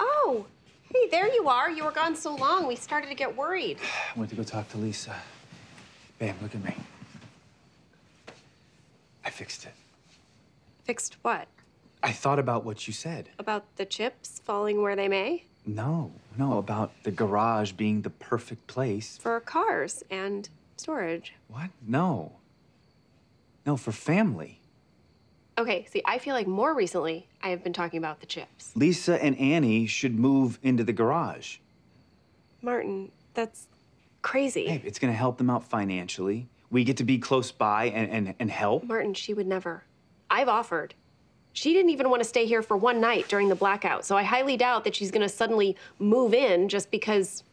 Oh, Hey, there you are. You were gone so long, we started to get worried. I went to go talk to Lisa. Babe, look at me. I fixed it. Fixed what? I thought about what you said. About the chips falling where they may? No, no, about the garage being the perfect place. For cars and storage. What? No. No, for family. Okay, see, I feel like more recently I have been talking about the chips. Lisa and Annie should move into the garage. Martin, that's crazy. Babe, it's gonna help them out financially. We get to be close by and, and, and help. Martin, she would never. I've offered. She didn't even want to stay here for one night during the blackout, so I highly doubt that she's going to suddenly move in just because.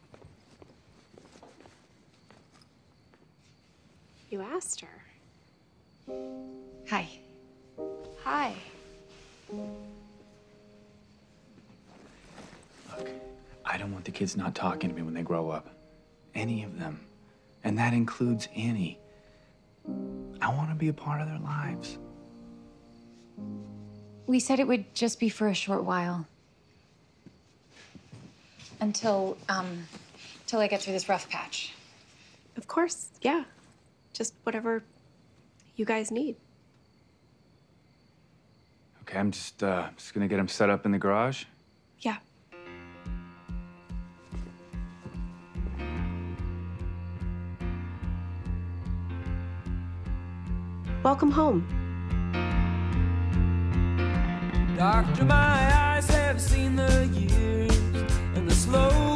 You asked her. Hi. Hi. Look, I don't want the kids not talking to me when they grow up. Any of them. And that includes Annie. I wanna be a part of their lives. We said it would just be for a short while. Until, um, until I get through this rough patch. Of course, yeah. Just whatever you guys need. Okay, I'm just, uh, just gonna get them set up in the garage. Yeah. Welcome home. Doctor, my eyes have seen the years and the slow